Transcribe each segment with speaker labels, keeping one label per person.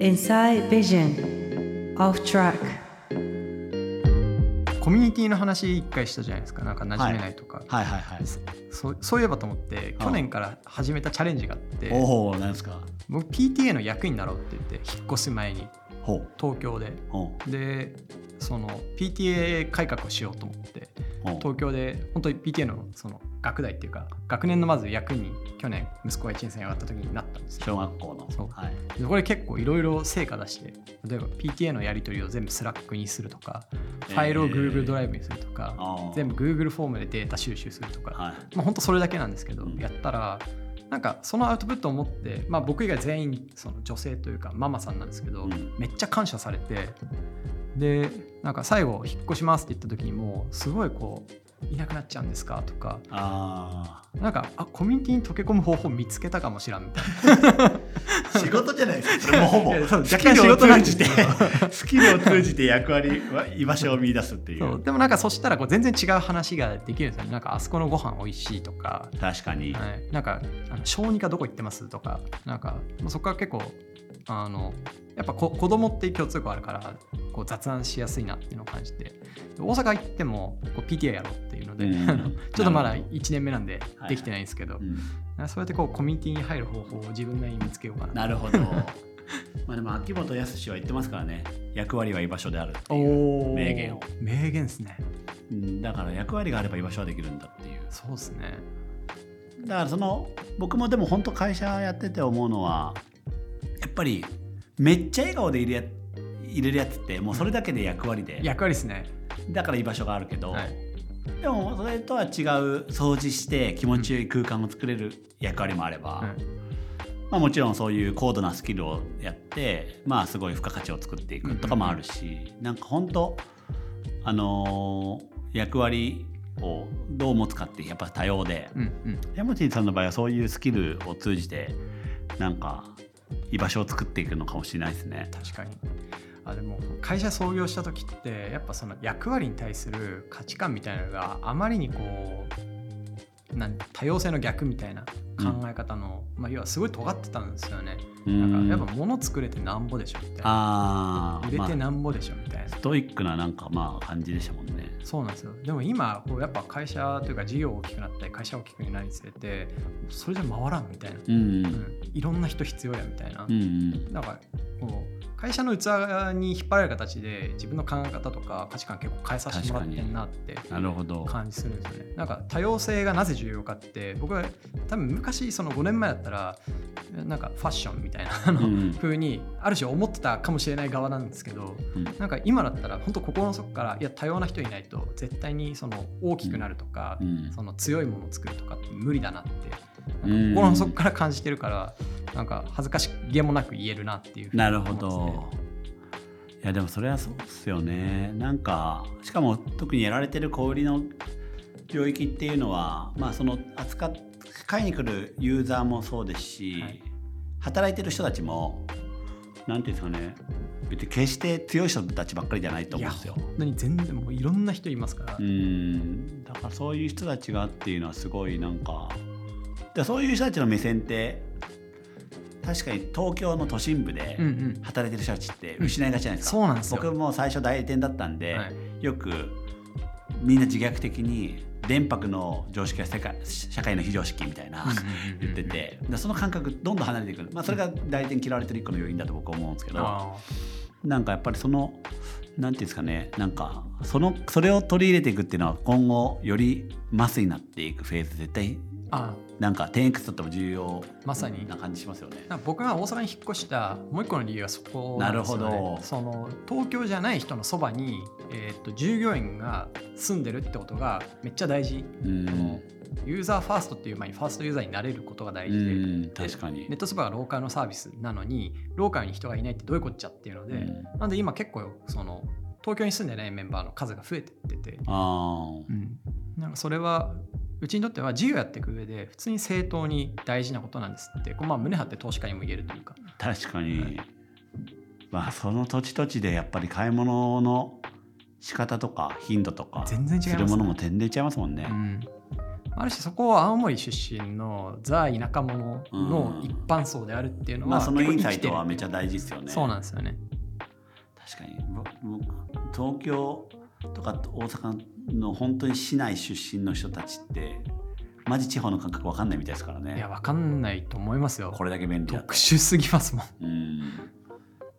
Speaker 1: Inside Vision Off Track
Speaker 2: コミュニティの話一回したじゃないですかなんか馴染めないとか、
Speaker 3: はいはいはい
Speaker 2: そそういえばと思って
Speaker 3: あ
Speaker 2: 去年から始めたチャレンジがあって
Speaker 3: おおなんですか
Speaker 2: 僕 PTA の役員になろうって言って引っ越す前に
Speaker 3: ほう
Speaker 2: 東京で
Speaker 3: ほ
Speaker 2: でその PTA 改革をしようと思って
Speaker 3: うほう
Speaker 2: 東京で本当に PTA のその学代っていうか学年のまず役員に去年息子が1年生に上がった時になったんですよ
Speaker 3: 小学校の
Speaker 2: そう
Speaker 3: はい
Speaker 2: でこれ結構いろいろ成果出して例えば PTA のやり取りを全部スラックにするとかファイルを Google ドライブにするとか、
Speaker 3: あー
Speaker 2: 全部 Google フォームでデータ収集するとか、
Speaker 3: はい
Speaker 2: まあ、本当それだけなんですけど、
Speaker 3: うん
Speaker 2: やったらなんかそのアウトプットを持って、まあ、僕以外全員その女性というかママさんなんですけど、
Speaker 3: うん
Speaker 2: めっちゃ感謝されてでなんか最後引っ越しますって言った時にもうすごいこういなくなっちゃうんですかとか
Speaker 3: あ
Speaker 2: なんかあコミュニティに溶け込む方法見つけたかもしらんみたい
Speaker 3: あ 仕事じゃないですかそれもほぼ
Speaker 2: いやそう
Speaker 3: ス
Speaker 2: 若
Speaker 3: キ
Speaker 2: 干仕
Speaker 3: ルを
Speaker 2: 事なん
Speaker 3: 通
Speaker 2: です
Speaker 3: じ
Speaker 2: け
Speaker 3: て
Speaker 2: ど
Speaker 3: スキルを通じて役割は居場所を見出すってい
Speaker 2: なそう
Speaker 3: う
Speaker 2: でもなんかそしたらこう全然違う話ができるんですよねなんかあそこのご飯美味しいとか
Speaker 3: 確かに、
Speaker 2: はい、なんかあの小児科どこ行ってますとかなんかもうそこから結構あのやっぱこ子供って共通項あるからこう雑談しやすいなっていうのを感じてで大阪行ってもこう PTA やろうっていうので、
Speaker 3: うん
Speaker 2: あ のちょっとまだ
Speaker 3: なるほ
Speaker 2: 1年目なんで
Speaker 3: はい
Speaker 2: できてないんですけど、
Speaker 3: うん
Speaker 2: なんかそうやってこうコミュニティに入る方法を自分なりに見つけようかな
Speaker 3: なるほどまあでも秋元康は言ってますからね役割は居場所であるっていう、
Speaker 2: おー
Speaker 3: 名言を
Speaker 2: 名言ですね
Speaker 3: うんだから役割があれば居場所はできるんだっていう
Speaker 2: そうですね
Speaker 3: だからその僕もでも本当会社やってて思うのはやっぱりめっちゃ笑顔でいるや入れるやつってもうそれだけで役割で、
Speaker 2: 役割ですね
Speaker 3: だから居場所があるけど、
Speaker 2: はい
Speaker 3: でもそれとは違う掃除して気持ちよい空間を作れる役割もあれば、
Speaker 2: はい
Speaker 3: まあ、もちろんそういう高度なスキルをやって、まあ、すごい付加価値を作っていくとかもあるし、なんか本当あのー役割をどう持つかってやっぱ多様で、
Speaker 2: うんうん
Speaker 3: ヤモティさんの場合はそういうスキルを通じてなんか居場所を作っていくのかもしれないですね。
Speaker 2: 確かにあでも会社創業した時ってやっぱその役割に対する価値観みたいなのがあまりにこうなん多様性の逆みたいな考え方の、まあ、要はすごい尖ってたんですよねなんかやっぱ物作れてなんぼでしょみたいな
Speaker 3: あー
Speaker 2: 売れて
Speaker 3: まあ
Speaker 2: なんぼでしょみたいな
Speaker 3: ストイックななんかまあ感じでしたもんね。
Speaker 2: そうなんですよでも今こうやっぱ会社というか事業大きくなったり会社大きくなるにつれてそれじゃ回らんみたいな、
Speaker 3: うんう
Speaker 2: うんん、いろんな人必要やみたいな
Speaker 3: うんうん
Speaker 2: なんかこう会社の器に引っ張られる形で自分の考え方とか価値観結構変えさせてもらってんなって
Speaker 3: なるほど。
Speaker 2: 感じするんですよね。なんか多様性がなぜ重要かって僕は多分昔その5年前だったらなんかファッションみたいなあの、
Speaker 3: うん
Speaker 2: 風にある種思ってたかもしれない側なんですけど
Speaker 3: うん
Speaker 2: なんか今だったら本当心の底からいや多様な人いないと絶対にその大きくなるとか、
Speaker 3: うん
Speaker 2: その強いものを作るとかって無理だなって
Speaker 3: うん
Speaker 2: なんか心の底から感じてるからなんか恥ずかしげもなく言えるなっていうふうに
Speaker 3: なる
Speaker 2: 思
Speaker 3: ほ
Speaker 2: いますね
Speaker 3: ど。いやでもそれはそうっすよね。なんかしかも特にやられてる小売りの領域っていうのは、まあ、その扱っ買いに来るユーザーもそうですし、
Speaker 2: はい
Speaker 3: 働いてる人たちもなんていうんですかね別に決して強い人たちばっかりじゃないと
Speaker 2: いや
Speaker 3: 思うんですよ。
Speaker 2: 本当に全然もういろんな人いますから、
Speaker 3: うんだからそういう人たちがっていうのはすごいなんかでそういう人たちの目線って確かに東京の都心部で
Speaker 2: うんうん
Speaker 3: 働いてる人たちって失いがちじゃないですか、
Speaker 2: そうなんですよ
Speaker 3: 僕も最初代理店だったんで、
Speaker 2: はい
Speaker 3: よくみんな自虐的に電白の常識は世界社会の非常識みたいな言ってて、でその感覚どんどん離れていくる、まあ、それが代理店嫌われてる一個の要因だと僕は思うんですけど、
Speaker 2: あ
Speaker 3: なんかやっぱりそのなんていうんですかねなんかそのそれを取り入れていくっていうのは今後よりマスになっていくフェーズ絶対
Speaker 2: ーあ
Speaker 3: なんか点いくつとっても重要
Speaker 2: まさに
Speaker 3: な感じしますよね
Speaker 2: ー。なんか僕が大阪に引っ越したもう一個の理由はそこなんですよ、ね、
Speaker 3: なるほど
Speaker 2: その東京じゃない人のそばに、えーっと従業員が住んでるってことがめっちゃ大事
Speaker 3: うん
Speaker 2: ユーザーファーストっていう前にファーストユーザーになれることが大
Speaker 3: う
Speaker 2: 事で、
Speaker 3: ん確かに
Speaker 2: ネッ。トスーパーがローカルのサービスなのにローカルに人がいないってどういうこっちゃっていうので、
Speaker 3: うん
Speaker 2: なんで今結構その東京に住んでないメンバーの数が増えてってて、
Speaker 3: あ
Speaker 2: なんかそれはうちにとっては事業やっていく上で普通に正当に大事なことなんですってこうまあ胸張って投資家にも言えるというか
Speaker 3: あ確かに、
Speaker 2: はい
Speaker 3: まあその土地土地でやっぱり買い物の仕方とか頻度とか
Speaker 2: 全然違います
Speaker 3: す
Speaker 2: ね
Speaker 3: るものも点でいっちゃいますもんね。
Speaker 2: うんある種そこは青森出身のザ田舎者の一般層であるっていうのは、
Speaker 3: まあそのイン
Speaker 2: 結構生
Speaker 3: サイ
Speaker 2: きて
Speaker 3: ト
Speaker 2: る
Speaker 3: はめちゃ大事ですよね。
Speaker 2: そうなんですよね。
Speaker 3: 確かに僕僕東京とか大阪の本当に市内出身の人たちってマジ地方の感覚わかんないみたいですから
Speaker 2: いや
Speaker 3: ね
Speaker 2: わかんないと思いますよ
Speaker 3: こ。れだけ便利だと
Speaker 2: 特殊すぎますもん。
Speaker 3: うん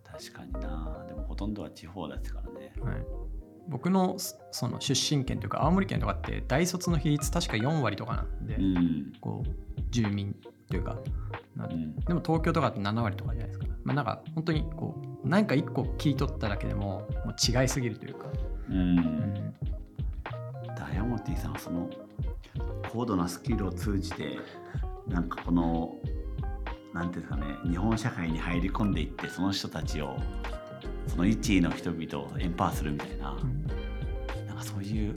Speaker 3: 確かになでもほとんどは地方ですからね
Speaker 2: はい、僕のそその出身県というか青森県とかって大卒の比率確か4割とかなんで、
Speaker 3: うん、
Speaker 2: こう住民というかなん
Speaker 3: う
Speaker 2: で
Speaker 3: ん、
Speaker 2: でも東京とかって7割とかじゃないですか、まあ、なんか本当にこう何か1個切り取っただけでももう違いすぎるというか、
Speaker 3: うん、ダイヤモンティさんはその高度なスキルを通じてなんかこのなんていうんですかね日本社会に入り込んでいってその人たちをその一位の人々をエンパワーするみたいな,、
Speaker 2: うん
Speaker 3: なんかそういう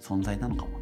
Speaker 3: 存在なのかも